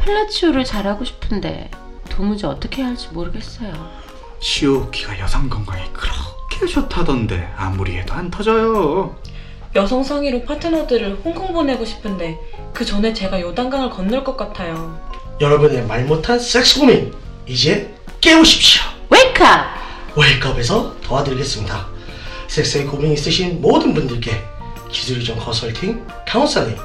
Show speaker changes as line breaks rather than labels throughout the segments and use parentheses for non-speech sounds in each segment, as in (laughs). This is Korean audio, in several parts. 펠라치오를 잘하고 싶은데 도무지 어떻게 해야 할지 모르겠어요.
시오키가 여성 건강에 그렇게 좋다던데 아무리 해도 안 터져요.
여성 상의로 파트너들을 홍콩 보내고 싶은데 그 전에 제가 요단강을 건널 것 같아요.
여러분의 말 못한 섹스 고민 이제 깨우십시오.
웨이크업!
웨이크업에서 도와드리겠습니다. 섹스에 고민 있으신 모든 분들께 기술이전 컨설팅, 카운셀링,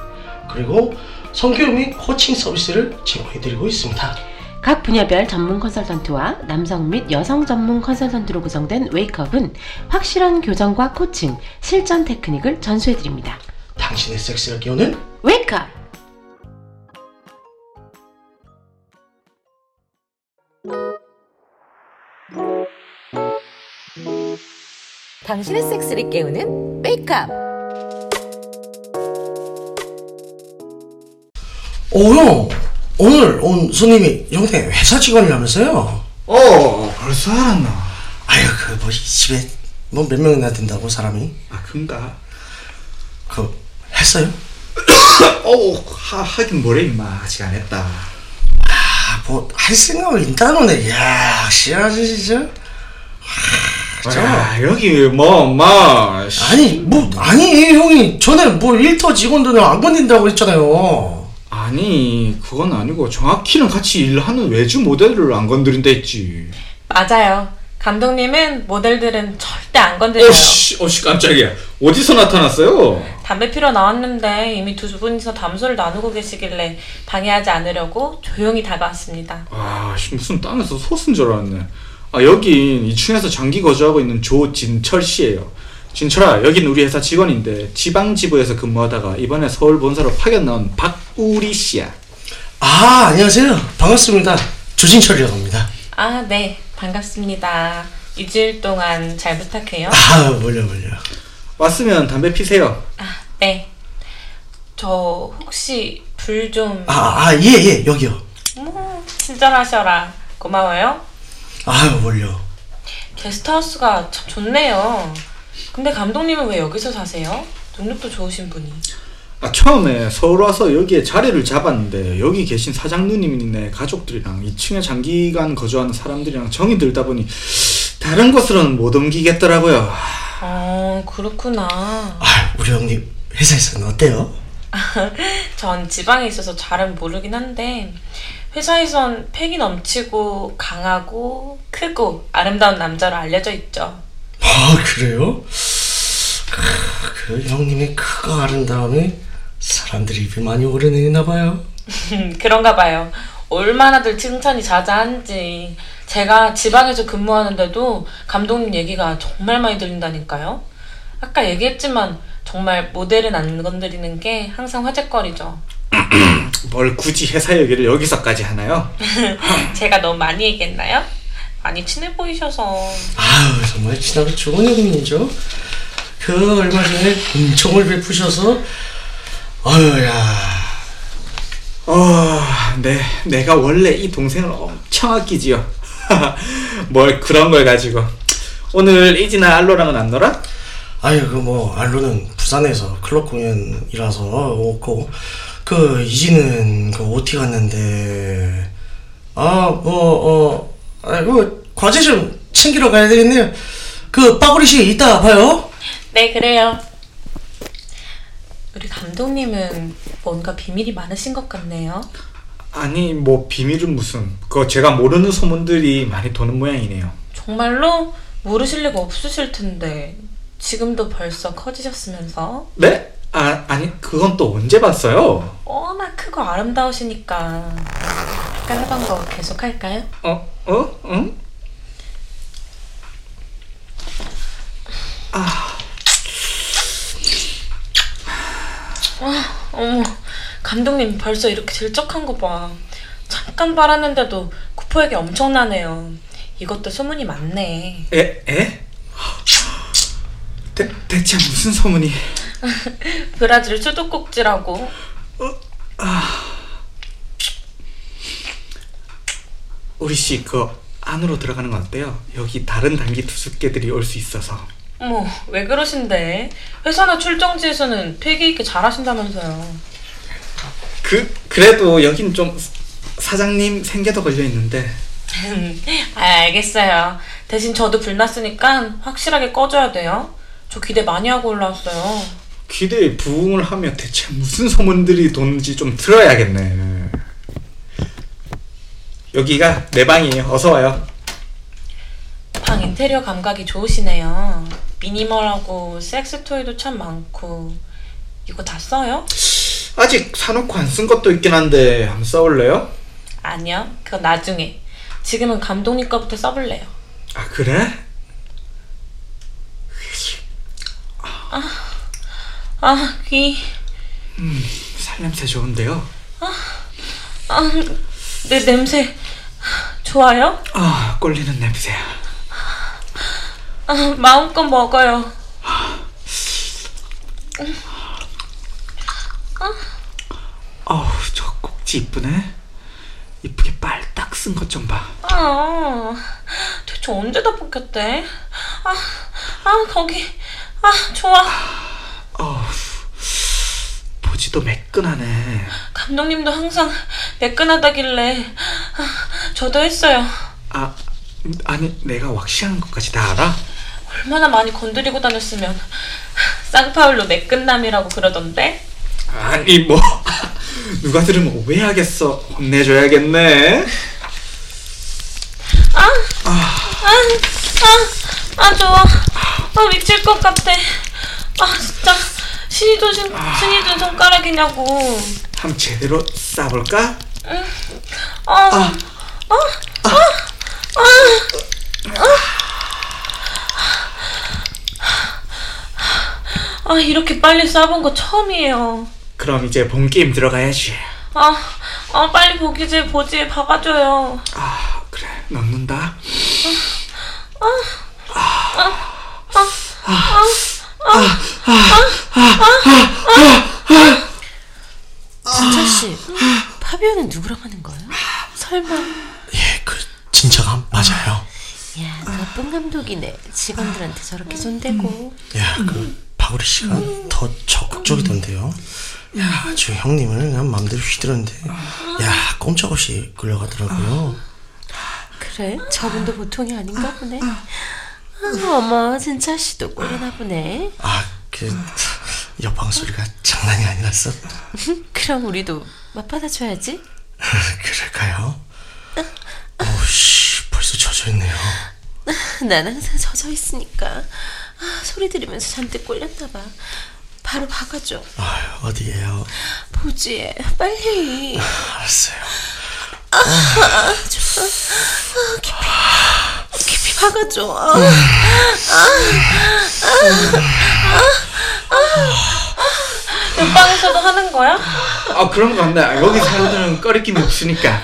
그리고 성교육 및 코칭 서비스를 제공해드리고 있습니다.
각 분야별 전문 컨설턴트와 남성 및 여성 전문 컨설턴트로 구성된 웨이크업은 확실한 교정과 코칭, 실전 테크닉을 전수해드립니다.
당신의 섹스를 깨우는
웨이크업!
당신의 섹스를 깨우는 메이크업.
오요 어, 오늘 온 손님이 영대 회사 직원이라면서요?
어, 벌써 알았나?
아유 그뭐 집에 뭐 몇 명이나 된다고 사람이
아, 큰가?
그 했어요?
어우, 하, 하긴 뭐래, 임마. 아직 안 했다.
아뭐할 생각을 있다노네 야 씨라지 진짜
아, 여기 뭐, 엄마.
아니 뭐 아니 형이 전에 뭐 일터 직원들은 안 건넨다고 했잖아요
아니, 그건 아니고 정확히는 같이 일하는 외주 모델을 안 건드린다 했지.
맞아요. 감독님은 모델들은 절대 안 건드려요.
어씨, 어씨, 깜짝이야. 어디서 나타났어요?
담배 피러 나왔는데 이미 두 분이서 담소를 나누고 계시길래 방해하지 않으려고 조용히 다가왔습니다.
아, 씨, 무슨 땅에서 소스인 줄 알았네. 아, 여긴 2층에서 장기 거주하고 있는 조진철 씨예요. 진철아, 여긴 우리 회사 직원인데 지방지부에서 근무하다가 이번에 서울 본사로 파견 나온 박우리 씨야.
아 안녕하세요 반갑습니다 조진철이라고 합니다
아, 네. 반갑습니다. 일주일 동안 잘 부탁해요.
아 몰려 몰려
왔으면 담배 피세요.
아, 네. 저 혹시 불 좀...
아아예예 여기요
음, 친절하셔라. 고마워요.
아유 몰려
게스트하우스가 참 좋네요. 근데 감독님은 왜 여기서 사세요? 능력도 좋으신 분이.
아, 처음에 서울 와서 여기에 자리를 잡았는데 여기 계신 사장 누님이네 가족들이랑 2층에 장기간 거주하는 사람들이랑 정이 들다 보니 다른 곳으로는 못 옮기겠더라고요.
아, 그렇구나.
아 우리 형님 회사에서는 어때요?
(laughs) 전 지방에 있어서 잘은 모르긴 한데, 회사에선 패기 넘치고, 강하고, 크고, 아름다운 남자로 알려져 있죠. (laughs)
아 그래요? 크, 그 형님이 크고 아름다움이 사람들이 입이 많이 오르내나 봐요
그런가 봐요. 얼마나들 칭찬이 자자한지. 제가 지방에서 근무하는데도 감독님 얘기가 정말 많이 들린다니까요. 아까 얘기했지만 정말 모델은 안 건드리는 게 항상 화제거리죠. (laughs)
뭘 굳이 회사 얘기를 여기서까지 하나요?
제가 너무 많이 얘기했나요? 많이 친해 보이셔서.
아유 정말 친하고 좋은 형님이죠. 그 얼마 전에 공청을 베푸셔서 아유야
어, 네, 내가 원래 이 동생을 엄청 아끼지요. (laughs) 뭘 그런 걸 가지고. 오늘 이지나 알로랑은 안 놀아?
아유 그 뭐 알로는 부산에서 클럽 공연이라서 없고 그 이지는 그 OT 갔는데 아, 아뭐어 아이고 그 과제 좀 챙기러 가야 되겠네요. 그 빠구리 씨 이따 봐요.
네, 그래요. 우리 감독님은 뭔가 비밀이 많으신 것 같네요.
아니, 뭐 비밀은 무슨. 그거 제가 모르는 소문들이 많이 도는 모양이네요.
정말로 모르실 리가 없으실 텐데. 지금도 벌써 커지셨으면서.
네? 아, 아니, 그건 또 언제 봤어요?
워낙 크고 아름다우시니까 아까 하던 거 계속 할까요?
어? 어? 응?
어머 감독님 벌써 이렇게 질적한 거봐 잠깐 빨았는데도 쿠퍼에게 엄청나네요 이것도 소문이 많네
에? 에? 대, 대체 무슨 소문이?
브라질 수도꼭지라고
우리 씨, 그 안으로 들어가는 건 어때요? 여기 다른 단기 투숙객들이 올 수 있어서.
어머 왜 그러신데 회사나 출정지에서는 패기 있게 잘하신다면서요
그 그래도 여긴 좀 사장님 생계도 걸려 있는데
(laughs) 아, 알겠어요. 대신 저도 불났으니까 확실하게 꺼줘야 돼요. 저 기대 많이 하고 올라왔어요.
기대에 부응을 하며 대체 무슨 소문들이 도는지 좀 들어야겠네. 여기가 내 방이에요. 어서 와요.
방 인테리어 감각이 좋으시네요. 미니멀하고 섹스 토이도 참 많고. 이거 다 써요?
아직 사놓고 안 쓴 것도 있긴 한데 한번 써볼래요?
아니요. 그건 나중에. 지금은 감독님 거부터 써볼래요.
아 그래?
아, 귀.
음, 살냄새 좋은데요.
아, 내 냄새. 좋아요?
아 꼴리는 냄새.
아, 마음껏 먹어요.
어우 저 꼭지 이쁘네. 이쁘게 빨딱 쓴 것 좀 봐.
아, 대체 언제 다 벗겼대? 아, 아, 거기. 아, 좋아.
어우 보지도 매끈하네.
감독님도 항상 매끈하다길래 아, 저도 했어요.
아 음, 아니 내가 왁시하는 것까지 다 알아?
얼마나 많이 건드리고 다녔으면 쌍파울로 매끈남이라고 그러던데?
아니 뭐 (laughs) 누가 들으면 오해하겠어. 혼내줘야겠네.
아, 아, 아 좋아. 아 미칠 것 같아. 아 진짜 신이 든 신, 신이 든 손가락이냐고.
한번 제대로 싸볼까?
아, 아, 아, 아. 아, 이렇게 빨리 싸본 거 처음이에요.
그럼 이제 본 게임 들어가야지.
아, 아 빨리 보기지 보지 봐봐줘요.
아 그래 넣는다.
진철 씨, 파비오는 누구랑 하는 거예요? 설마?
예, 그 진짜감 맞아요.
야, 나쁜 감독이네. 직원들한테 저렇게 손대고.
야, 그 박우리 씨가 더 적극적이던데요. 야, 지금 형님을 그냥 마음대로 휘두르는데, 야, 꼼짝없이 끌려가더라고요.
그래? 저분도 보통이 아닌가 보네. 아, 어머, 진철 씨도 꼴이나 보네.
아, 그 옆방 소리가 장난이 아니라서 (laughs)
그럼 우리도 맞받아줘야지.
그럴까요? 어우 씨, 벌써 젖어 있네요.
난 항상 젖어 있으니까 아, 소리 들으면서 잔뜩 꼴렸나 봐. 바로 박아줘.
아, 어디예요?
보지에 빨리.
알았어요.
깊이 박아줘. 아,
옆방에서도 하는 거야?
아 그런 거 같네. 아, 여기 사람들은 꺼리낌이 없으니까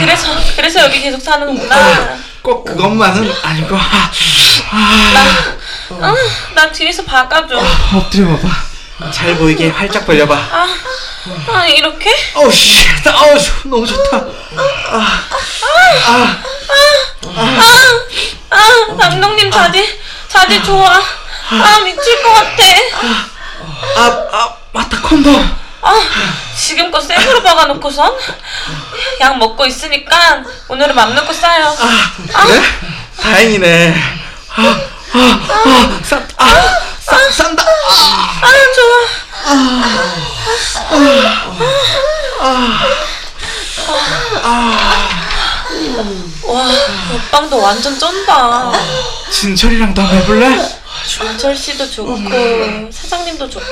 그래서 그래서 여기 계속 사는구나.
꼭 그것만은 아니고
응, 나 아, 뒤에서 박아줘.
엎드려 봐봐. 잘 보이게 활짝 벌려봐.
아, 아 이렇게?
어우 씨, 아우 씨, 너무 좋다.
아, 감독님 자지 자지 좋아. 아 미칠 것 같아.
아, 아 맞다 콘돔.
아 지금껏 생으로 박아놓고선 약 먹고 있으니까 오늘은 맘 놓고 싸요.
아, 그래? 다행이네. 아, 아, 아, 싼, 아, 싼, 싼다. 아,
아 좋아. 와, 옆방도 완전 쩐다.
진철이랑도 한번 해볼래?
전철 씨도 좋고 사장님도 좋고.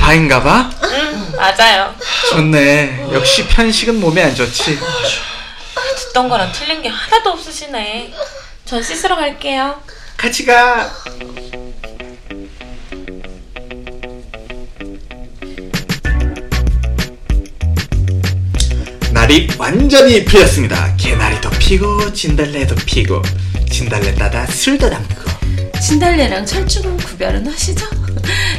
바인가봐.
응, 맞아요.
좋네. 역시 편식은 몸에 안 좋지.
듣던 거랑 틀린 게 하나도 없으시네. 전 씻으러 갈게요.
같이 가. 날이 완전히 풀렸습니다. 개나리도 피고 진달래도 피고 진달래 따다 술도 담그고
진달래랑 철쭉은 구별은
(laughs)
하시죠?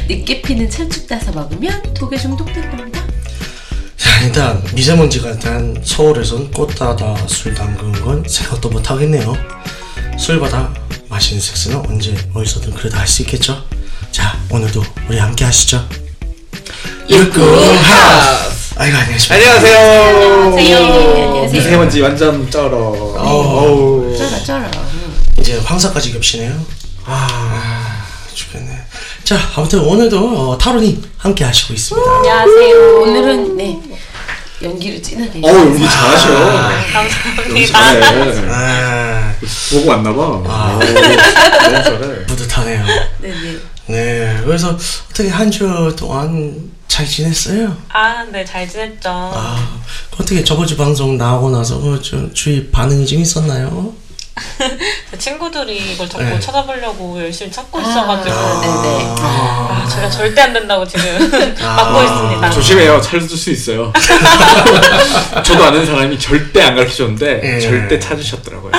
늦게 피는 철쭉 따서 먹으면 독에 중독된답니다.
야, 일단 미세먼지가 일단 서울에선 꽃다다 술 담그는 건 생각도 못 하겠네요. 술바다 마시는 섹스는 언제 어디서든 그래도 할 수 있겠죠. 자, 오늘도 우리 함께 하시죠. 육구 하우스. 아이고 안녕하십니까.
안녕하세요.
안녕하세요. 안녕하세요.
미세먼지 완전 쩔어. 어우.
쩔어 쩔어.
이제 황사까지 겹치네요.
아.
죽겠네. 자 아무튼 오늘도 어, 타로님 함께 하시고 있습니다.
안녕하세요.
오늘은 네 연기를 진하게.
어우 연기 잘하셔.
아,
연기
감사합니다.
잘해.
아
보고 왔나 봐.
(laughs)
아.
어우, 너무 잘해.
뿌듯하네요.
네네.
네 그래서 어떻게 한 주 동안 잘 지냈어요?
아, 네, 잘 지냈죠.
아 어떻게 저번 주 방송 나오고 나서 어, 저 주위 반응이 좀 있었나요?
제 친구들이 이걸 자꾸
네.
찾아보려고 열심히 찾고
아.
있어가지고.
아. 네네.
아, 제가 절대 안 된다고 지금 막고 있습니다.
조심해요. 찾을 수 있어요. (laughs) 저도 아는 사람이 절대 안 가르쳐줬는데
예.
절대 찾으셨더라고요.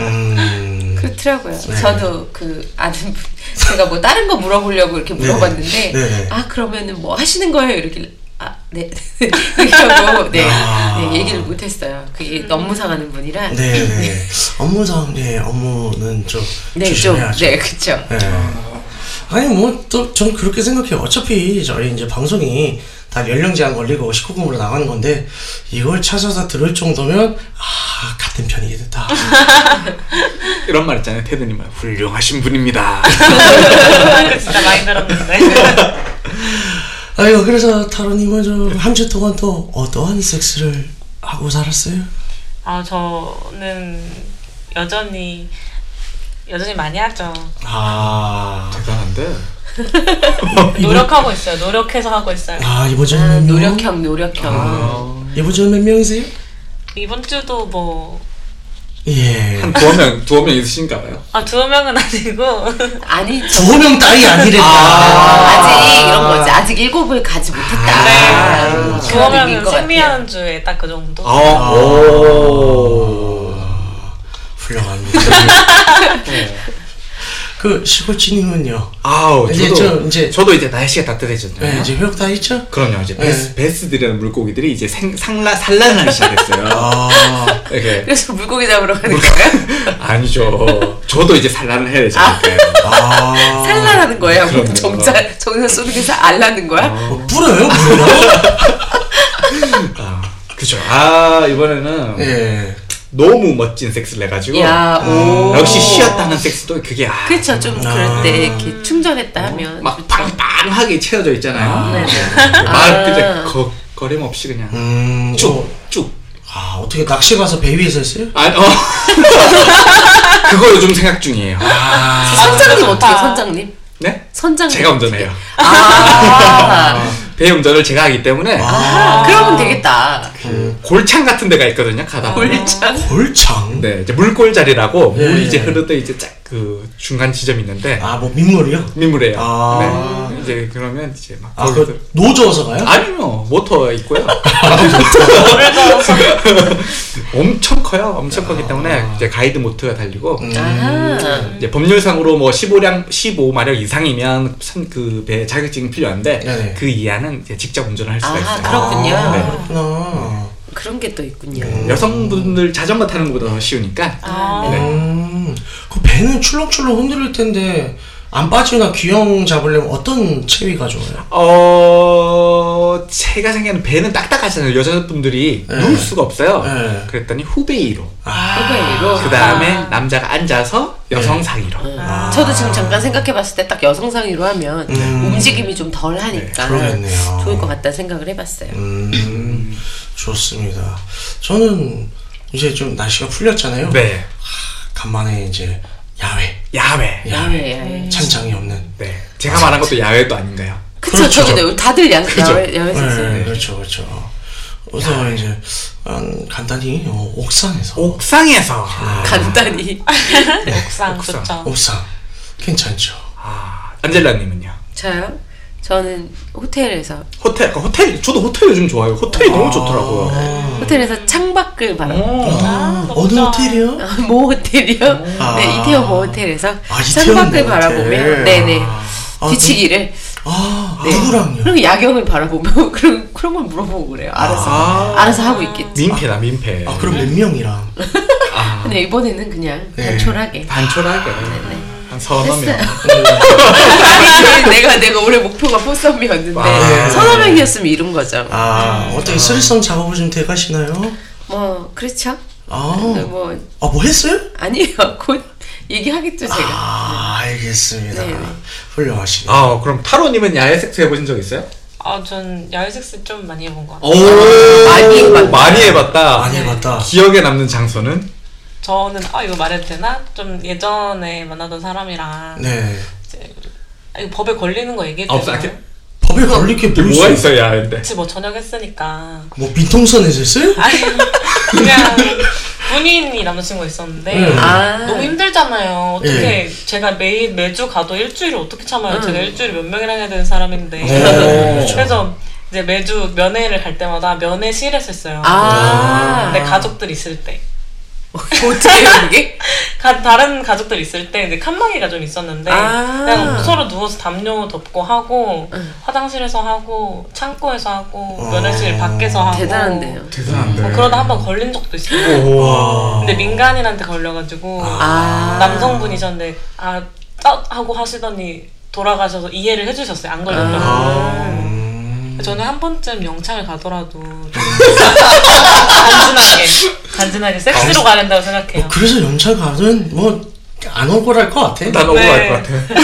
음.
(laughs) 그렇더라고요. 저도 그 아는 분 제가 뭐 다른 거 물어보려고 이렇게 물어봤는데
네. 네네.
아 그러면은 뭐 하시는 거예요? 이렇게 아네 (laughs) 이러고 네,
아.
네 얘기를 못했어요. 그게 너무 상하는 분이라 (laughs)
네, 네. 업무상 네 업무는 좀 조심해야죠.
네좀네 그렇죠.
네. 아니 뭐 또 전 그렇게 생각해요. 어차피 저희 이제 방송이 다 연령 제한 걸리고 19금으로 나가는 건데 이걸 찾아서 들을 정도면 아 같은 편이겠다.
이런 말 있잖아요. 테드님 말. 훌륭하신 분입니다.
그 (laughs) 진짜 많이 들었는데.
(laughs)
아이고 그래서 타로님은 한 주 동안 또 어떠한 섹스를 하고 살았어요?
아, 저는 여전히, 여전히 많이 하죠.
아,
대단한데.
노력하고 있어요. 노력해서 하고 있어요.
아 이번 주는
아,
몇 명?
노력형 노력형.
어,
이번 주는 몇 명이세요?
이번 주도 뭐,
예.
한 두어 명 두어 명 있으신가 봐요.
아, 두어 명은 아니고.
아니 저
두어 명 따위 아니랬다.
아.
아직 아, 이런 거지 아직 일곱을 가지 못했다.
네.
그런
두어
느낌인
명은
것 같아요.
승리하는 주에 딱 그 정도.
아, 오.
훌륭합니다. 네. 그 시골치님은요?
아우,
이제
저도
저- 이제-
저도 이제 날씨가 따뜻해졌네요.
네, 이제 회복 다 했죠?
그럼요. 이제
네.
베스, 베스들이라는 물고기들이 이제 생, 상라, 산란을 하기 시작했어요.
아,
이렇게.
그래서 물고기 잡으러 가는 거예요?
아니죠. 저도 이제 산란을 해야
(laughs)
되잖아요.
아.
(laughs) 살라라는 거야? 뭐 (laughs)
그럼요.
정자 정자 쏘는 게서 알라는 거야?
어, 뿌려요, 뿌려요?
아, 그죠. 아, 이번에는
예.
너무 멋진 섹스를 해가지고.
야, 오.
아. 역시 쉬었다는 섹스도 그게, 아.
그쵸, 좀 그럴 때 이렇게 충전했다 하면.
막
좋죠.
빵빵하게 채워져 있잖아요.
네네.
말
아.
그냥 거, 거림 없이 그냥.
음,
쭉,
저,
쭉.
아, 어떻게 낚시 가서 배 위에서 했어요?
아, 어. (laughs) 그거 요즘 생각 중이에요.
선장님
아,
어떻게
좋다.
선장님?
네?
선장님.
제가 운전해요.
아,
배 운전을 제가 하기 때문에
아, 그러면 되겠다.
골창 같은 데가 있거든요. 가다 보면.
골장.
골창?
네, 이제 물골자리라고
예.
물이 이제 흐를 때 이제 쫙 그 중간 지점이 있는데
아, 뭐, 민물이요?
민물에요.
아.
네. 이제 그러면 이제 막
아,
거기서
그, 노저어서 가요?
아니요 모터
(laughs)
있고요.
물을 넣어서.
엄청 커요. 엄청 크기
아.
때문에 이제 가이드 모터가 달리고
음.
아,
이제 법률상으로 뭐 15량 15마력 이상이면 선- 그 배에 자격증이 필요한데
네네.
그 이하는 이제 직접 운전을 할 수가
아,
있어요.
그렇군요.
아,
네.
그렇구나.
그런 게 또 있군요.
여성분들 자전거 타는 것보다 더 쉬우니까.
아,
네.
음, 그 배는 출렁출렁 흔들릴 텐데, 안 빠지거나 귀형 잡으려면 어떤 체위가 좋아요?
어 제가 생각하는 배는 딱딱하잖아요. 여자분들이
네.
누울 수가 없어요.
네.
그랬더니 후베이로.
그거예요, 이거.
그 다음에 남자가 앉아서
네.
여성 상의로.
아, 저도 지금 잠깐 생각해봤을 때 딱 여성상의로 하면 움직임이 좀 덜 하니까
음. 네, 그러겠네요.
좋을 것 같다 생각을 해봤어요.
음, 좋습니다. 저는 이제 좀 날씨가 풀렸잖아요.
네.
간만에 이제 야외,
야외.
야외, 야외.
찬장이 없는.
네. 제가 말한 것도 야외도 아닌가요?
그쵸,
그렇죠.
저기도 네, 다들 야, 야외, 야외 선수.
네, 그렇죠, 그렇죠. 그래서 이제 음, 간단히 어, 옥상에서
옥상에서.
간단히. (laughs)
옥상,
네. 옥상.
좋죠.
옥상 괜찮죠.
아, 안젤라님은요?
저요? 저는 호텔에서
호텔, 아까 호텔, 저도 호텔 요즘 좋아요. 호텔이 너무
음.
좋더라고요.
호텔에서 창밖을 바라보고
아,
어느
높죠.
(laughs)
호텔이요?
모 호텔이요?
아.
네, 이태원 모 호텔에서
아, 이태원
창밖을
모 호텔.
바라보며 네네
아,
뒤치기를
아 누구랑요?
그리고 야경을 바라보며 (laughs) 그런 그런 걸 물어보고 그래요. 알아서
아.
알아서 하고 있겠지.
민폐다, 민폐.
아 그럼 몇 명이랑?
아,
근데 이번에는 그냥
네.
단촐하게
단촐하게. 아, 한 4, 5명.
아니, (laughs) 내가 내가 올해 목표가 포썸이었는데
아.
서너 명이었으면 이룬 거죠.
아 어떻게 쓰리썸 작업을 좀 돼가시나요?
뭐 그렇죠.
아뭐
뭐
했어요?
아니요 (laughs) 곧 얘기하겠죠 제가.
아 알겠습니다.
네.
훌륭하시네. 요
아, 그럼 타로님은 야외 섹스 해보신 적 있어요?
아, 전 야외 섹스 좀 많이 해본 것 같아요.
오, 많이 해봤다. 많이 해봤다.
많이 해봤다.
기억에 남는 장소는?
저는, 아, 이거 말해도 되나? 좀 예전에 만나던 사람이랑.
네.
이제, 아, 이거 법에 걸리는 거 얘기해도
아, 없어.
되나?
이렇게
법에 걸릴 게 뭐
뭐가
있어요?
있어요, 야외인데?
같이 뭐 저녁 했으니까.
뭐 민통선에서 했어요?
아니, 그냥 본인이 남자친구 가 있었는데.
네.
아
너무 힘들잖아요. 어떻게
예.
제가 매일 매주 가도 일주일을 어떻게 참아요?
음.
제가 일주일에 몇 명이랑 해야 되는 사람인데.
그렇죠.
(laughs) 그래서 이제 매주 면회를 갈 때마다 면회실에 있어요.
아.
근데 가족들 있을 때.
(laughs) 어떻게 해요, (laughs) 그게?
가- 다른 가족들 있을 때 이제 칸막이가 좀 있었는데
아.
그냥 서로 누워서 담요 덮고 하고 화장실에서 하고 창고에서 하고
어.
면회실 밖에서
아.
하고
대단한데요.
대단한데.
뭐 그러다 한 번 걸린 적도 있어요.
와.
근데 민간인한테 걸려가지고
아
남성분이셨는데 아 짜! 하고 하시더니 돌아가셔서 이해를 해주셨어요. 안 걸렸다고.
음.
저는 한 번쯤 영창을 가더라도 좀 간지나게 간지나게 섹스로 가야 된다고 생각해요.
어, 그래서 연차 가든 뭐 안 올 거랄 것 같아.
난 오고
네.
갈것 같아.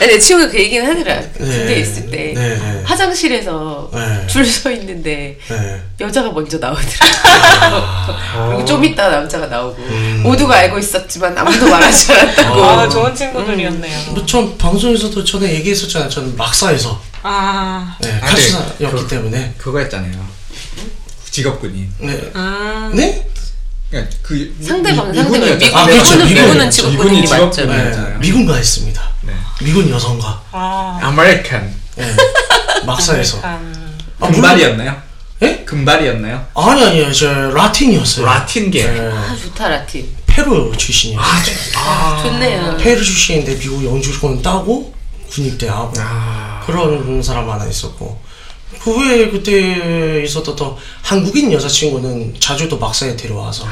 아니, 내 친구가 그 얘기는 하더라. 군대
네.
있을 때
네, 네.
화장실에서
네.
줄 서 있는데
네.
여자가 먼저 나오더라. (laughs)
아.
그리고 좀 이따 남자가 나오고
음.
모두가 알고 있었지만 아무도 말하지
어.
않았다고.
아 좋은 친구들이었네요.
뭐전 방송에서도 전에 얘기했었잖아요. 저는 막사에서
아
네,
아, 네.
가수였기
그-
때문에.
그거 했잖아요. 직업군인.
네.
아.
네?
그러니까 그 미-
상대방,
미-
상대방.
미군이었잖아요. 네.
미군,
아, 그렇죠.
미군은,
미군이었죠.
미군은 직업군인이
미군이
맞죠.
직업군인.
네.
맞아요.
미군가 했습니다.
네.
미군 여성가.
아.
아메리칸.
(laughs)
네. 막사에서.
약간
그
아,
금발이었나요?
예?
금발이었나요?
아니 아니요. 저 라틴이었어요.
라틴계. 예.
네.
아, 좋다, 라틴.
페루 출신이에요. 어.
아,
좋네요.
페루 출신인데 미국 영주권 따고 군입대하고
아.
그런 사람 하나 있었고 그 외에 그때 있었던 또 한국인 여자친구는 자주도 막사에 데려와서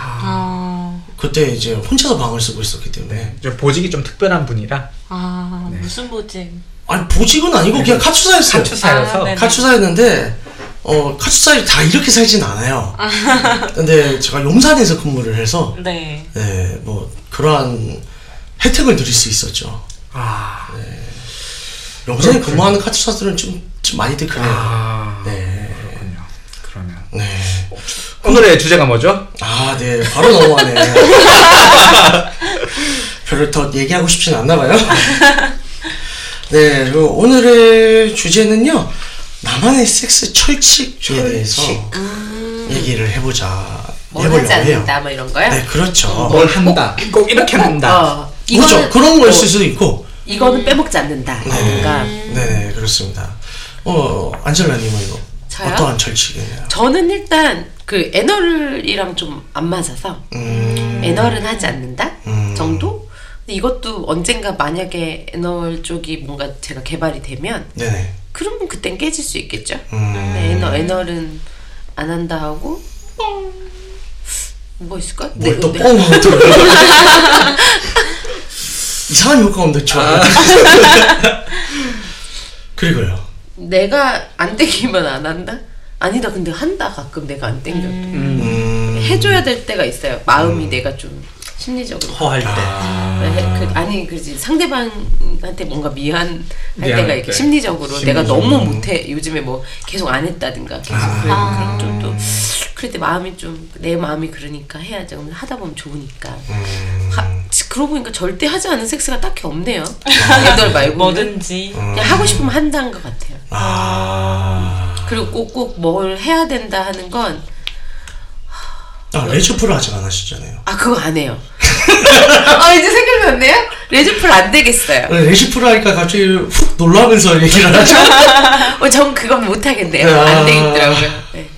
그때 이제 혼자서 방을 쓰고 있었기 때문에
저 보직이 좀 특별한 분이라
아 무슨 보지?
아니 보직은 아니고 그냥 네. 카투사였어요.
카투사여서
아, 네.
카투사였는데 어 카투사에 다 이렇게 살진 않아요. 근데 제가 용산에서 근무를 해서
네.
네 뭐 그러한 혜택을 누릴 수 있었죠.
아,
영상에 근무하는 카투사들은 좀, 좀 많이들 그래요.
아,
네.
그렇군요. 그러면
네.
오늘의 주제가 뭐죠?
아, 네. 바로 넘어가네.
(laughs)
별로 더 얘기하고 싶진 않나봐요. 네. 그리고 오늘의 주제는요. 나만의 섹스 철칙에 대해서 얘기를 해보자.
뭘 하지 아. 않는다, 뭐 이런 거야?
네, 그렇죠.
뭘 한다. 꼭 이렇게 한다.
어,
그렇죠.
이거는,
그런 걸 쓸 수도 있고.
이거는 빼먹지 않는다. 그러니까.
네, 그렇습니다. 어, 안젤라님은 뭐
저요?
어떠한 철칙이에요?
저는 일단 그 애널이랑 좀 안 맞아서
음,
애널은 하지 않는다
음.
정도? 근데 이것도 언젠가 만약에 애널 쪽이 뭔가 제가 개발이 되면
네네.
그러면 그땐 깨질 수 있겠죠.
음.
네, 애널, 애널은 안 한다 하고 뭐 있을까? 네,
뭘또
네.
뻥! 하고 들어요. (laughs) 이상한 효과 없는데 좋아요. (laughs) 그리고요.
내가 안 땡기면 안 한다? 아니다 근데 한다 가끔 내가 안 땡겨도
음,
해줘야 될 때가 있어요 마음이 아. 내가 좀 심리적으로
허할 때.
아.
그, 아니 그지 상대방한테 뭔가 미안할
미안할
때가 있고
때.
심리적으로 내가
심리적으로.
너무 못해 요즘에 뭐 계속 안 했다든가 계속 그래 그럼 좀또 그럴 때 마음이 좀 내 마음이 그러니까 해야죠 그럼 하다 보면 좋으니까
아.
하, 그러고 보니까 절대 하지 않은 섹스가 딱히 없네요 애들 말고
뭐든지
그냥 하고 싶으면 한다는 것 같아요
아,
그리고 꼭꼭 뭘 해야 된다 하는 건 아
아 레즈풀을 아직 안 하셨잖아요.
그거 안
(laughs)
해요 아 이제 생각났네요 레즈풀 안 되겠어요
네, 레즈풀 하니까 갑자기 훅 놀라면서 얘기를 하죠.
(laughs) 어, 전 그건 못하겠네요.
네. 아.
안 되겠더라고요. 네.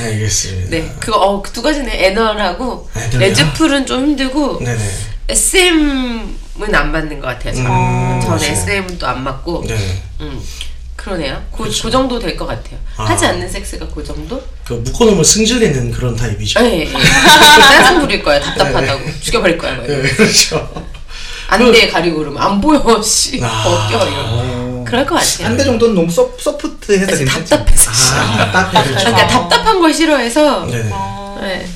알겠습니다.
네. 그거, 어, 그두 가지는 애널하고,
애널이요?
레즈풀은 좀 힘들고,
네네.
SM은 안 맞는 것 같아요, 저는.
음,
저는
맞아요.
SM은 또 안 맞고,
네. 그렇죠.
음, 그러네요. 그, 그 정도 될 것 같아요.
아.
하지 않는 섹스가 그 정도?
그 묶어놓으면 승질내는 그런 타입이죠.
네.
(laughs)
예, 예. 짜증 부릴 거야, 답답하다고. 죽여버릴 거야, 막 이러고.
네, 그렇죠.
안 돼 가리고 그러면 안 보여 씨
아.
벗겨 이러 그럴 것 같아요.
한 대 정도는 너무 소, 소프트해서 괜찮지.
답답해서 싫어.
아, 답답해. 그렇죠.
그러니까 답답한 걸 싫어해서
네네.
네.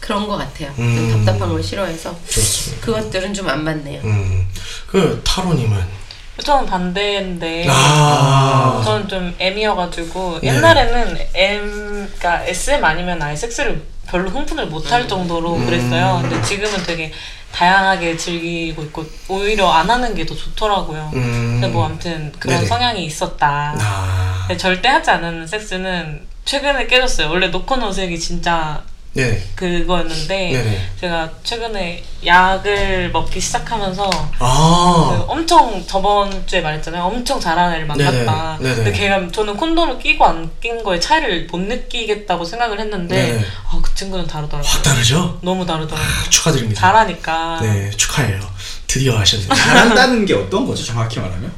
그런 것 같아요.
음.
좀 답답한 걸 싫어해서
좋습니다.
그것들은 좀 안 맞네요.
음. 그, 타로님은.
저는
네.
반대인데
아.
저는 좀 M이어가지고
네.
옛날에는 M, 그러니까 SM 아니면 아예 섹스를 별로 흥분을 못할 정도로
음.
그랬어요. 근데 지금은 되게 다양하게 즐기고 있고 오히려 안 하는 게 더 좋더라고요.
음.
근데 뭐 아무튼 그런
네네.
성향이 있었다.
아.
근데 절대 하지 않은 섹스는 최근에 깨졌어요. 원래 노콘노색이 진짜
네네.
그거였는데
네네.
제가 최근에 약을 먹기 시작하면서 그
아.
엄청 저번 주에 말했잖아요. 엄청 잘하는 애를 만났다.
네네, 네네.
근데 걔가 저는 콘돔을 끼고 안 낀 거에 차이를 못 느끼겠다고 생각을 했는데
네네.
아, 그 친구는 다르더라고요.
확 다르죠?
너무 다르더라고요.
축하드립니다.
잘하니까
네, 축하해요. 드디어 하셨네요.
아,
아,
잘한다는 게 어떤 거죠? 정확히 말하면?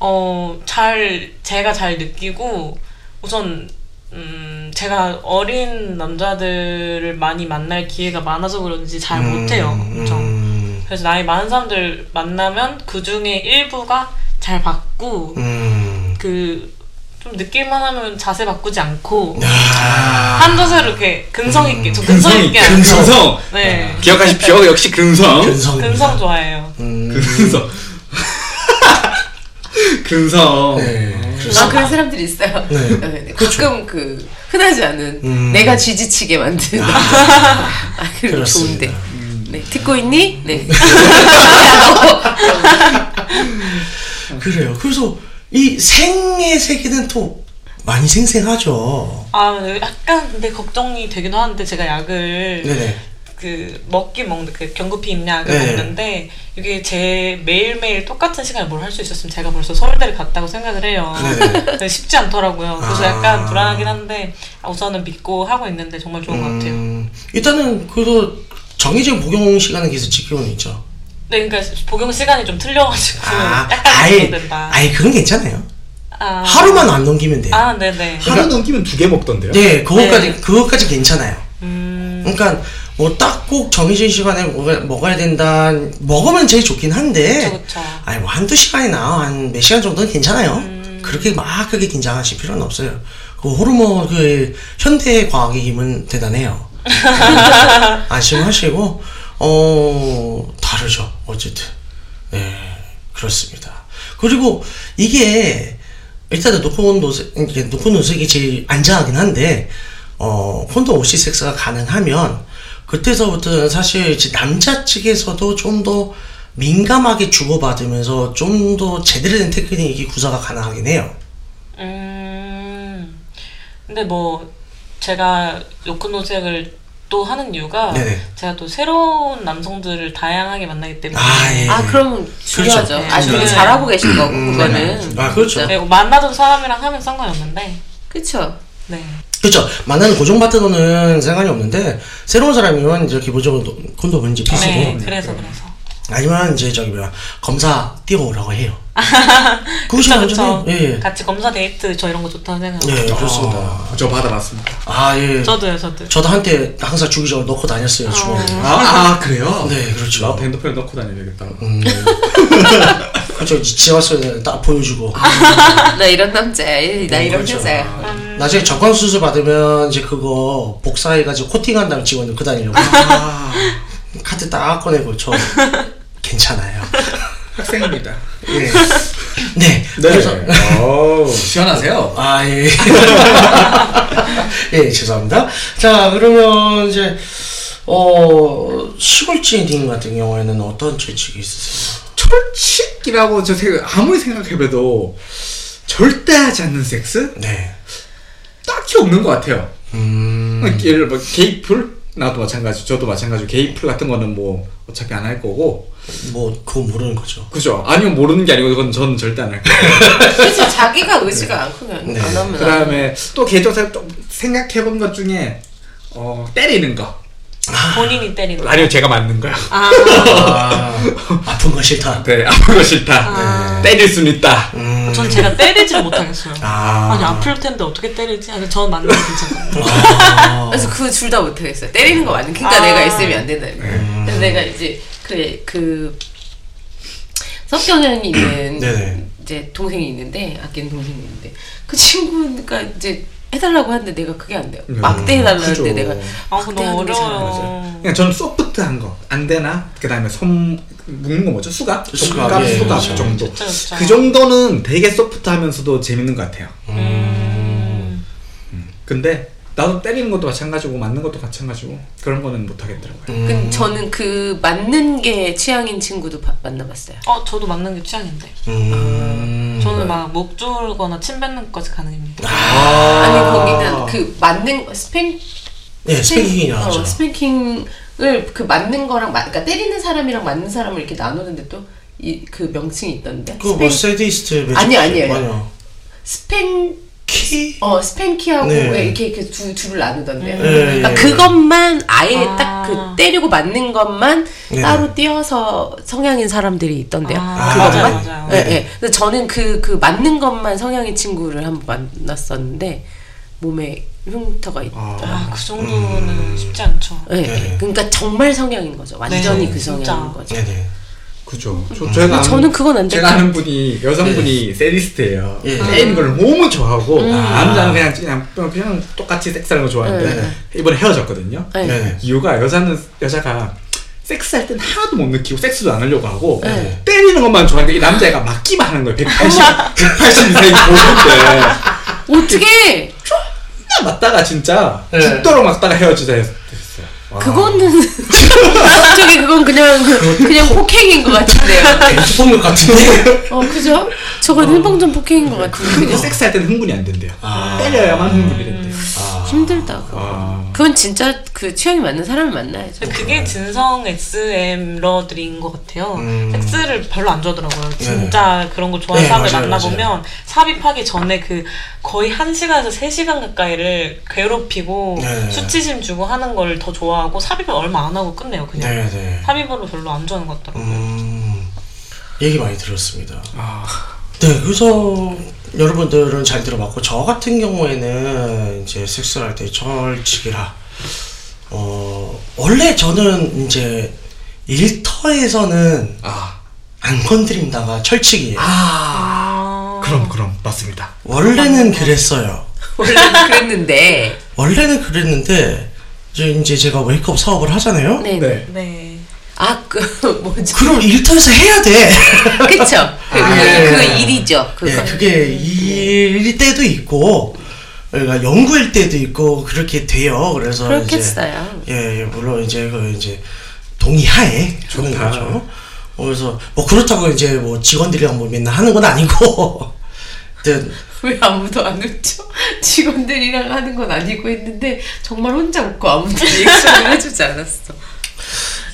어, 잘 제가 잘 느끼고 우선 음, 제가 어린 남자들을 많이 만날 기회가 많아서 그런지 잘 못해요.
음,
엄청.
음,
그래서 나이 많은 사람들 만나면 그 중에 일부가 잘 받고
음.
그 좀 느낄만 하면 자세 바꾸지 않고
네. 아.
한 자세로 이렇게 근성 있게 저 근성
근성이
있게
근성.
하죠.
근성.
네
(laughs)
아.
기억하십시오. 역시 근성.
근성.
근성 좋아해요
음.
근성. (laughs) 근성.
네. 그래서
아 그런 사람들이 있어요.
네.
네, 가끔 그 흔하지 않은
음.
내가 쥐지치게 만드는 아 그리고
그렇습니다. 음.
좋은데 네, 듣고 있니? 네
그래요. 그래서 이 생의 세계는 또 많이 생생하죠.
아 네, 약간 근데 걱정이 되기도 하는데 제가 약을
네네.
그 먹기 먹는 그 경구피 입약을
네.
먹는데 이게 제 매일매일 똑같은 시간에 뭘 할 수 있었으면 제가 벌써 서울대를 갔다고 생각을 해요
네네.
근데 쉽지 않더라고요 그래서
아.
약간 불안하긴 한데 아, 우선은 믿고 하고 있는데 정말 좋은 것 같아요
음, 일단은 그래도 정해진 복용 시간은 계속 지키고는 있죠.
네, 그러니까 복용 시간이 좀 틀려가지고
아,
네. 약간
아예,
걱정된다.
아예 그건 괜찮아요.
아,
하루만 안 넘기면 돼요.
아, 네네.
하루 넘기면 두 개 먹던데요?
네, 그것까지,
네.
그것까지 괜찮아요.
음,
그러니까 뭐 딱 꼭 정해진 시간에 먹어야, 먹어야 된다. 먹으면 제일 좋긴 한데.
그쵸, 그쵸.
아니 뭐 한두 시간이나 한 몇 시간 정도는 괜찮아요.
음.
그렇게 막 크게 긴장하실 필요는 없어요. 그 호르몬 그 현대 과학의 힘은
(laughs)
대단해요. 네. 안심하시고 어 다르죠 어쨌든 네 그렇습니다. 그리고 이게 일단은 노콘 노색 이게 노콘 노색이 제일 안전하긴 한데 어 콘돔 없이 섹스가 가능하면 그때서부터는 사실 이제 남자 측에서도 좀 더 민감하게 주고받으면서 좀 더 제대로 된 테크닉이 구사가 가능하긴 해요.
음. 근데 뭐, 제가 요크노색을 또 하는 이유가
네네.
제가 또 새로운 남성들을 다양하게 만나기 때문에
아 예.
(laughs) 아 그러면 중요하죠.
그렇죠.
아 되게
네.
잘하고 계신 거고 그거는
아, 그렇죠.
네, 만나던 사람이랑 하면 상관없는데
그렇죠.
네.
그렇죠. 만나는 고정 파트너는 상관이 없는데 새로운 사람이면 이제 기본적으로 노- 콘돔은 이제 필수고
네, 그래서 그래서
아니면 이제 저기 뭐야 검사 뛰어오라고
(laughs)
해요. 그것이
그쵸,
완전히
그쵸.
예예.
같이 검사 데이트 저 이런 거 좋다고 생각해요
예, 그렇습니다.
아, 저 받아봤습니다.
아 예.
저도요 저도
저도 한때 항상 주기적으로 넣고 다녔어요 주머니.
아, 아 그래요?
네, 그렇죠.
나도 핸드폰에 넣고 다녀야겠다.
음. 그렇죠. 지왔어요. 딱 보여주고.
아,
아,
나 이런 남자야. 나 이런
그렇죠.
여자야.
네.
나중에 정관 수술 받으면 이제 그거 복사해가지고 코팅한 다음에 직원들 그 다니려고.
아,
(laughs) 카드 딱
(laughs)
꺼내고 저 괜찮아요.
학생입니다. (laughs)
예. 네. 그래서
네. 어우. (laughs) 시원하세요.
아, 예. (laughs) 예, 죄송합니다. 자, 그러면 이제, 어, 시골지님 같은 경우에는 어떤 죄책이 있으세요?
철칙이라고 저 생각, 아무리 생각해봐도 절대 하지 않는 섹스?
네.
딱히 없는 것 같아요.
음,
예를 들어 뭐 게이플? 나도 마찬가지, 저도 마찬가지. 게이플 같은 거는 뭐 어차피 안 할 거고.
뭐, 그건 모르는 거죠.
그죠? 아니면 모르는 게 아니고 그건 저는 절대 안 할 거예요.
(laughs)
그렇죠. 자기가 의지가 않고 그냥
네.
안 하면
그
안 하면.
다음에 또 개인적으로 좀 생각해본 것 중에 어, 때리는 거.
본인이 때리는 거.
아니요, 제가 맞는 거요. (laughs)
아,
아, (laughs) 아픈 건 싫다.
네, 아픈 거 싫다. 때릴 순 있다.
음,
전 제가 때리지를 못하겠어요
아,
아니 아플 텐데 어떻게 때리지? 아니 저는 맞는 거 괜찮아요.
그래서 그 둘 다 못하겠어요. 때리는 거 맞는. 그러니까
아.
내가 SM이 안 된다. 이거예요. 그래서 내가 이제 그래 그 석경형이 있는
네네.
이제 동생이 있는데 아끼는 동생이 있는데 그 친구가 이제 해달라고 하는데 내가 그게 안 돼요.
음,
막대 해달라
그죠.
할때 내가
아, 그거 너무
확대하는 게 잘 안
어려워요.
맞아요. 그냥 저는 소프트한 거, 안 되나? 그 다음에 손, 묶는 거 뭐죠? 수갑?
수갑,
손가락
예,
수갑
그렇죠.
정도.
진짜, 진짜.
그 정도는 되게 소프트 하면서도 재밌는 것 같아요.
음.
음.
근데 나도 때리는 것도 마찬가지고 맞는 것도 마찬가지고 그런 거는 못 하겠더라고요.
음.
근데 저는 그 맞는 게 취향인 친구도 바- 만나봤어요.
어, 저도 맞는 게 취향인데.
음.
저는 막 목 조르거나 침 뱉는 것까지 가능입니다.
아~
아니 거기는 그 맞는 거- 스팽
예, 스팽킹이
어,
나왔죠.
스팽킹을 그 맞는 거랑 맞, 그러니까 때리는 사람이랑 맞는 사람을 이렇게 나누는데 또 이 그 명칭이 있던데.
그뭐 세디스트 매직
아니요, 아니에요.
아니요.
스팽
키?
어 스팽키하고
네.
왜 이렇게 이렇게 두 줄을 나누던데요.
예, 예,
그러니까
예.
그것만 아예
아.
딱 그 때리고 맞는 것만
네.
따로 띄어서 성향인 사람들이 있던데요.
아,
그것만.
맞아요, 맞아요.
예,
네.
예. 근데 저는 그, 그 맞는 것만 성향인 친구를 한번 만났었는데 몸에 흉터가 있다.
아, 그 정도는
음.
쉽지 않죠.
예,
네.
예. 그러니까 정말 성향인 거죠. 완전히
네,
그 성향인
진짜.
거죠.
네네.
그죠. 저, 제가 아는-
음. 저는 그건 안 네.
제가
됐죠.
아는 분이 여성분이 세리스트예요.
예.
때리는 걸 너무 좋아하고
음.
남자는 그냥 그냥 그냥- 그냥 똑같이 섹스하는 거 좋아하는데 이번에 헤어졌거든요.
예.
네네.
이유가 여자는 여자가 섹스할 땐 하나도 못 느끼고 섹스도 안 하려고 하고
네.
때리는 것만 좋아하는데 이 남자애가 맞기만 하는 거예요. 180 180 이상이 보는데
어떻게
맨날 맞다가 진짜
예.
네.
죽도록 맞다가 헤어지자 했- 했어요.
그거는 (laughs) 저기 그건 아. 그냥 그냥 폭행인 것 같은데요.
소품
(laughs)
것 같은데.
어 그죠? 저건 해방전 폭행인 것 같은데 (laughs)
근데
그냥
섹스할 때는 흥분이 안 된대요.
아.
때려야만 흥분이 된대요.
음. 힘들다. 그거.
아.
그건 진짜 그 취향이 맞는 사람을 만나야죠. (laughs)
근데 그게 진성 SM러들인 것 같아요.
음.
섹스를 별로 안 좋아하더라고요.
네.
진짜 그런 거 좋아하는
네,
사람을
맞아요,
만나보면
맞아요.
삽입하기 전에 그 거의 1시간에서 3시간 가까이를 괴롭히고
네.
수치심 주고 하는 걸 더 좋아하고 삽입을 얼마 안 하고 끝내요, 그냥.
네네.
삽입으로 별로 안 좋아하는 것 같더라고요.
음. 얘기 많이 들었습니다.
아.
네, 그래서 여러분들은 잘 들어봤고 저 같은 경우에는 이제 섹스를 할 때 철칙이라 어 원래 저는 이제 일터에서는
아.
안 건드린다가 철칙이에요.
아.
그럼 그럼 맞습니다.
원래는 그랬어요.
원래는 그랬는데
원래는 그랬는데 이제, 이제 제가 웨이크업 사업을 하잖아요.
네.
네.
네.
아그 (laughs) 뭐죠?
그럼 일터에서 해야 돼. 예,
그쵸? 그,
아,
그, 그
예.
일이죠. 그거.
예, 그게 일일 때도 있고 그러니까 연구일 때도 있고 그렇게 돼요. 그래서 이제
그렇겠어요.
예, 예, 물론 이제 그 이제 동의하에 하는
좋다.
거죠. 어, 그래서 뭐 그렇다고 이제 뭐 직원들이랑 뭐 맨날 하는 건 아니고. (laughs) 하여튼
왜 아무도 안 웃죠? (laughs) 직원들이랑 하는 건 아니고 했는데 정말 혼자 웃고 아무도 리액션을 해주지 않았어.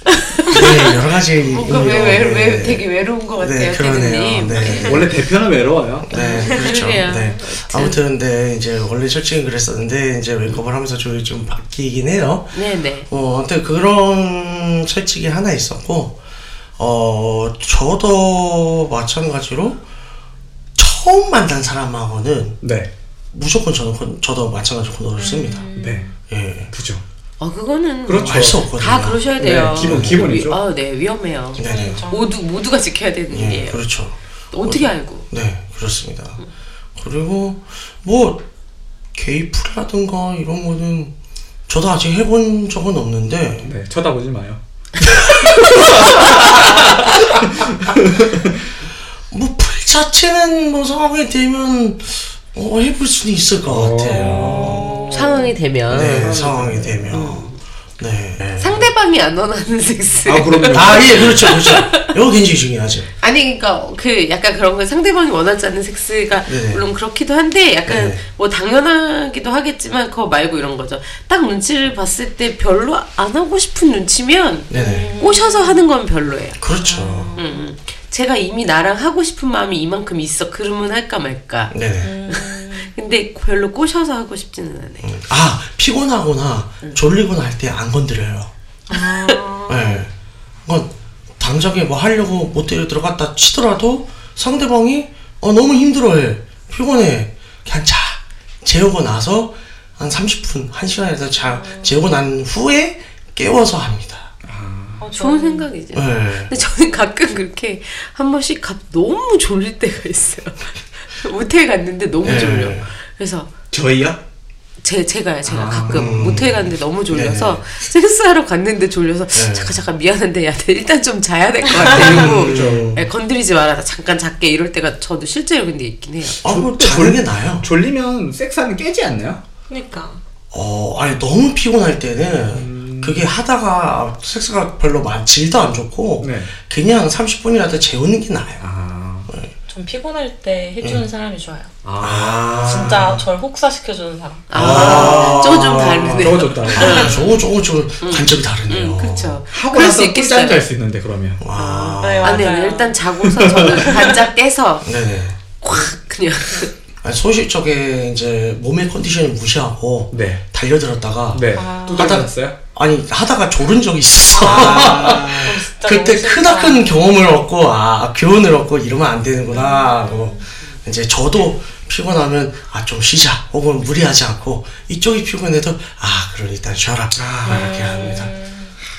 네, 여러 가지
뭔가
의미로,
어, 왜, 왜,
네.
왜 되게 외로운 것 같아요,
네, 그러네요.
태근님.
네.
원래 대표는 외로워요.
네, 그렇죠.
그래요.
네. 아무튼 근데 이제 원래 철칙은 그랬었는데 이제 웨이크업을 하면서 저희 좀 바뀌긴 해요.
네네.
어, 아무튼 그런 철칙이 하나 있었고, 어, 저도 마찬가지로 처음 만난 사람하고는
네.
무조건 저는 콘- 저도 마찬가지로 코너를 씁니다.
음.
네.
예.
그죠.
어, 그거는
그렇죠.
알 수 없거든요.
다 그러셔야 돼요.
네, 기본, 기본이죠.
위- 아, 네, 위험해요.
네네.
모두, 모두가 지켜야 되는
예,
일이에요.
그렇죠.
어떻게 알고?
네, 그렇습니다.
음.
그리고 뭐 게이풀이라든가 이런 거는 저도 아직 해본 적은 없는데
네. 쳐다보지 마요.
뭐 풀 자체는 뭐 상황이 되면 어, 해볼 수는 있을 것
어,
같아요.
상황이 되면
네, 상황이 되면. 네.
상대방이 안 원하는 (laughs) 섹스.
아, 그럼요.
아, 예, 그렇죠, 그렇죠. 이거 굉장히 중요하죠.
아니 그러니까 그 약간 그런 건 상대방이 원하지 않는 섹스가
네네.
물론 그렇기도 한데 약간
네네.
뭐 당연하기도 하겠지만 그거 말고 이런 거죠. 딱 눈치를 봤을 때 별로 안 하고 싶은 눈치면
네네.
꼬셔서 하는 건 별로예요.
그렇죠.
음, 음. 제가 이미 나랑 하고 싶은 마음이 이만큼 있어. 그러면 할까 말까.
네네.
음.
근데 별로 꼬셔서 하고 싶지는 않아요.
아, 피곤하거나 졸리거나 할 때 안 건드려요.
아,
네. 그건 당장에 뭐 하려고 모텔에 들어갔다 치더라도 상대방이 어, 너무 힘들어해. 피곤해. 그냥 자. 재우고 나서 한 30분, 1시간에서 자, 재우고 난 후에 깨워서 합니다.
아, 어,
좋은
저는-
생각이죠.
네.
근데 저는 가끔 그렇게 한 번씩 갑 너무 졸릴 때가 있어요. (laughs) 모텔 갔는데 너무
네.
졸려. 그래서
저희요?
제 제가요 제가
아,
가끔
음.
모텔 갔는데 너무 졸려서
네네.
섹스하러 갔는데 졸려서
네.
잠깐 잠깐 미안한데 야, 내 일단 좀 자야 될 것
음,
같아 이러고
그죠.
예, 건드리지 말아라 잠깐 잘게 이럴 때가 저도 실제로 근데 있긴 해요.
아, 그럼 자는 게 나아요.
졸리면 섹스하면 깨지 않나요?
그러니까
어, 아니 너무 피곤할 때는 그게 하다가 섹스가 별로 마, 질도 안 좋고
네.
그냥 30분이라도 재우는 게 나아요.
아.
좀 피곤할 때 해주는
음.
사람이 좋아요.
아.
진짜 절 혹사시켜주는 사람.
아, 아저좀 다르네요.
저거 좋다.
아, 저거 저거 저 관점이 다르네요.
음, 그렇죠.
하고
그럴 수
나서 꿀잠
있겠어요.
잘수 있는데 그러면.
와.
네,
아니
맞아요.
일단 자고서 저는
(laughs)
반짝 깨서
네네.
확 그냥
아니, 소식적에 이제 몸의 컨디션을 무시하고
네.
달려들었다가
네.
아.
또 닦았어요?
아니 하다가 졸은 적이 있어.
아.
아.
(laughs) 진짜
그때
너무 싫다.
크다큰 경험을 얻고 아 교훈을 얻고 이러면 안 되는구나 하고 이제 저도 피곤하면 아 좀 쉬자 혹은 무리하지 않고 이쪽이 피곤해도 아 그럼 일단 쉬어라 아, 이렇게 합니다.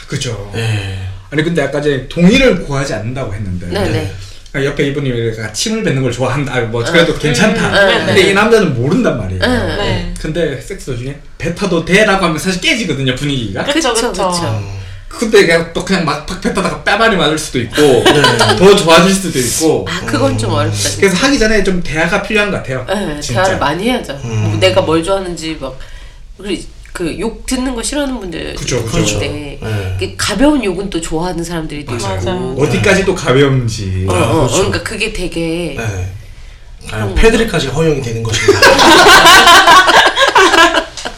그죠.
네.
아니 근데 아까 전에 동의를 구하지 않는다고 했는데
네네.
아, 옆에 이분이 이렇게 침을 뱉는 걸 좋아한다 아, 뭐 그래도 괜찮다
음,
근데 이 남자는 모른단 말이에요
음,
네.
근데 섹스 도중에 뱉어도 돼라고 하면 사실 깨지거든요 분위기가
그쵸,
그쵸,
그쵸.
그쵸.
음. 근데 그냥 또 그냥 막팍 뱉다가 뺨알이 맞을 수도 있고 더 좋아질 수도 있고
네. 아 그건 좀 어렵다.
그래서 하기 전에 좀 대화가 필요한 것 같아요
네,
진짜
대화를 많이 해야죠. 뭐 내가 뭘 좋아하는지 막 그욕 듣는 거 싫어하는 분들
그죠, 그죠.
있을 때
네.
이게 가벼운 욕은 또 좋아하는 사람들이 또
맞아요. 아,
맞아요.
어디까지 또 가벼운지
어, 어,
그렇죠.
그러니까 그게 되게
네. 아, 패드립까지 허용이 되는 (laughs) 것입니다.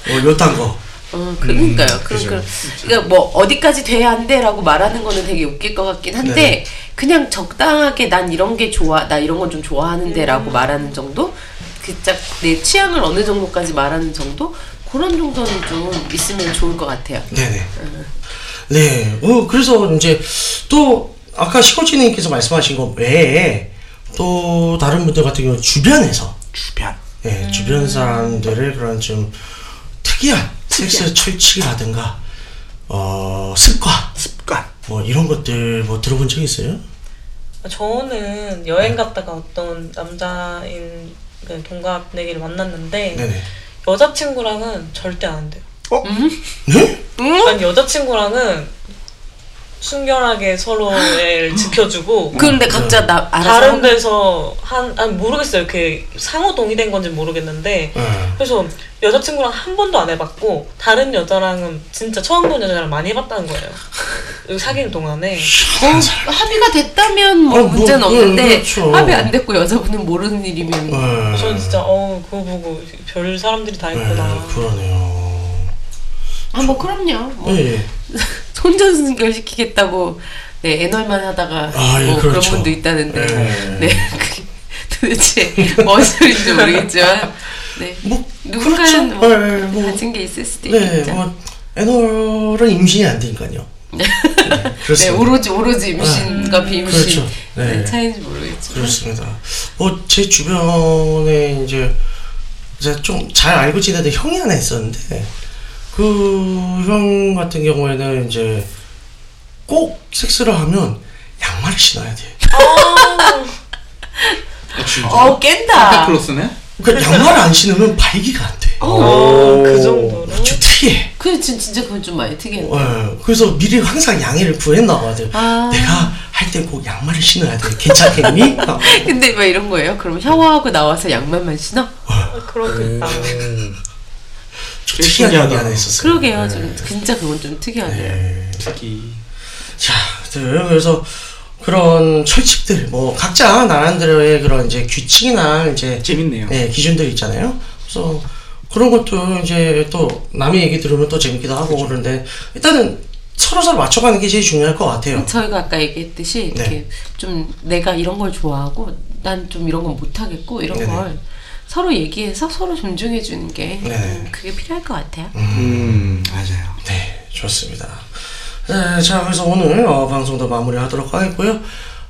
뭐 요딴 거.
어, 그러니까요. 그런
그죠.
그런 그러니까 뭐 어디까지 돼야 안 돼라고 말하는 거는 되게 웃길 것 같긴 한데
네.
그냥 적당하게 난 이런 게 좋아, 나 이런 건 좀 좋아하는데라고 말하는 정도, 그딱내 취향을 어느 정도까지 말하는 정도 그런 정도는 좀 있으면 좋을 것 같아요.
네네. 네. 어, 그래서 이제 또 아까 시골지님께서 말씀하신 것 외에 또 다른 분들 같은 경우 주변에서 주변. 네, 주변 사람들의 그런 좀 특이한 섹스 철칙이라든가 어 습관
습관
뭐 이런 것들 뭐 들어본 적 있어요?
아, 저는 여행 갔다가 어떤 남자인 그 동갑내기를 만났는데
네네.
여자친구랑은 절대 안 돼요.
네?
음?
아니 여자친구랑은 순결하게
(gasps)
서로를 지켜주고
그런데 각자 나 알아서
다른 데서 한 아니 모르겠어요. 그 상호 동의된 건지 모르겠는데
네.
그래서 여자친구랑 한 번도 안 해봤고 다른 여자랑은 진짜 처음 본 여자랑 많이 해봤다는 거예요. 여기 사귀는 동안에
희한한 사람.
어, 합의가 됐다면 뭐
어, 뭐,
문제는
뭐,
없는데
그렇죠.
합의 안 됐고 여자분은 모르는 일이면
네.
저는 진짜 어 그거 보고 별 사람들이 다
네,
있구나.
그러네요.
아 뭐 그럼요 뭐
네.
손전승결 시키겠다고 네 애널만 하다가
아, 예,
뭐 그런
그렇죠.
분도 있다는데
예.
네 그게 도대체 뭔 소리인지 모르겠지만 네
뭐
누군가는
그렇죠. 예, 예,
뭐
뭐.
가진 게 있을 수도
네,
있겠죠
뭐 애널은 임신이 안 되니까요. 네,
네
그렇습니다.
오로지 오로지 임신과 그러니까 비임신
아, 그렇죠. 네. 그렇죠.
네, 차이인지 모르겠지만
그렇습니다. 뭐 제 주변에 이제 제가 좀 잘 알고 지내던 형이 하나 있었는데 그 형 같은 경우에는 이제 꼭 섹스를 하면 양말을 신어야 돼.
어
아,
깬다
클로스네
그러니까 양말을 안 신으면 발기가 안 돼.
어?
오.
그 정도로
좀 특이해.
그 진- 진짜 그건 좀 많이 특이한데
어, 그래서 미리 항상 양해를 구했나 봐.
아.
내가 할 때 꼭 양말을 신어야 돼.
(laughs)
괜찮겠니? 어. 하고.
근데 왜 이런 거예요? 그럼 샤워하고 나와서 양말만 신어?
아, 그렇겠다.
네. 음. 좀
되게
특이한
신기하다.
얘기 하나 있었어요.
그러게요. 좀 진짜 그건 좀 특이하네요.
예.
특이
자, 네, 그래서 그런 철칙들, 뭐 각자 나름대로의 그런 이제 규칙이나 이제
재밌네요
네, 기준들 있잖아요. 그래서 그런 것도 이제 또 남의 얘기 들으면 또 재밌기도 하고 그러는데 일단은 서로 서로 맞춰가는 게 제일 중요할 것 같아요.
저희가 아까 얘기했듯이 이렇게
네.
좀 내가 이런 걸 좋아하고 난 좀 이런 건 못하겠고 이런
네네.
걸 서로 얘기해서 서로 존중해 주는 게
네네.
음, 그게 필요할 것 같아요.
음 맞아요
네, 좋습니다. 네, 자, 그래서 오늘 어, 방송도 마무리하도록 하겠고요.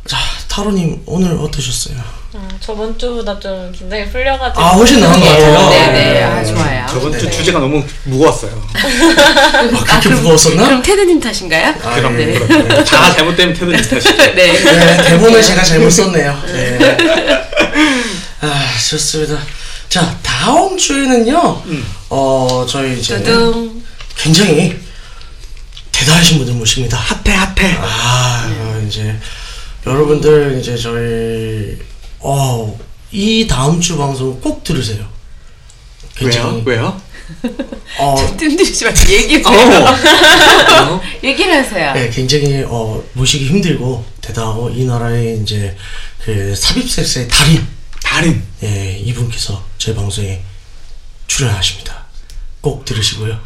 자, 타로님 오늘 어떠셨어요?
아, 어, 저번 주보다 좀 긴장이 풀려가지고
아, 훨씬 나은 것 같아요.
네, 네네. 아 좋아요.
저번 주
네.
주제가 너무 무거웠어요.
아, 그렇게 무거웠었나?
그럼 테드님 탓인가요?
아,
그럼
네.
그렇죠. 다 잘못되면 태도님 탓이죠.
네.
네, 대본을 제가 잘못 썼네요. 네. 아, 좋습니다. 자, 다음 주에는요, 어, 저희 이제
두둥.
굉장히 대단하신 분들 모십니다. 핫해, 핫해. 아, 어, 이제 여러분들 이제 저희 어, 이 다음 주 방송 꼭 들으세요.
왜요? 왜요?
(laughs)
어,
힘들지 말고
(laughs) 어.
얘기해요. (laughs) 얘기를 하세요.
네, 굉장히 어, 모시기 힘들고 대단하고 이 나라의 이제 그 삽입 섹스의 달인
달인.
예, 이분께서 저희 방송에 출연하십니다. 꼭 들으시고요.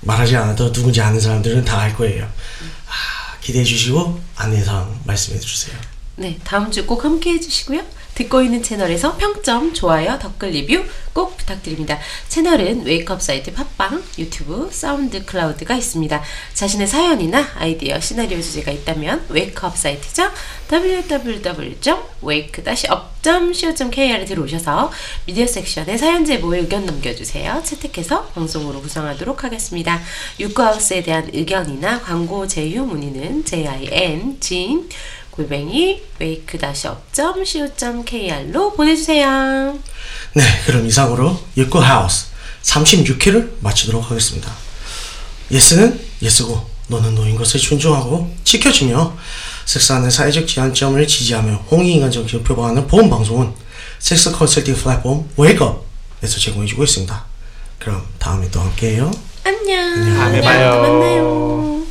말하지 않아도 누군지 아는 사람들은 다 알 거예요. 아, 기대해 주시고 안내사항 말씀해 주세요.
네, 다음 주 꼭 함께 해주시고요. 듣고 있는 채널에서 평점, 좋아요, 댓글 리뷰 꼭 부탁드립니다. 채널은 웨이크업 사이트 팟빵, 유튜브, 사운드 클라우드가 있습니다. 자신의 사연이나 아이디어, 시나리오 주제가 있다면 웨이크업 사이트죠. www.wake-up.co.kr에 들어오셔서 미디어 섹션에 사연 제보에 의견 남겨주세요. 채택해서 방송으로 구성하도록 하겠습니다. 유쿠하우스에 대한 의견이나 광고 제휴 문의는 jin, 진, 골뱅이 wake-up.co.kr로 보내주세요.
네, 그럼 이상으로 육구 하우스 36회를 마치도록 하겠습니다. 예스는 예스고 너는 너인 것을 존중하고 지켜주며 섹스하는 사회적 제한점을 지지하며 홍익인간적 기업 표방하는 보험 방송은 섹스 컨설팅 플랫폼 웨이크업에서 제공해주고 있습니다. 그럼 다음에 또 함께해요.
안녕.
다음에
또
봐요.
만나요.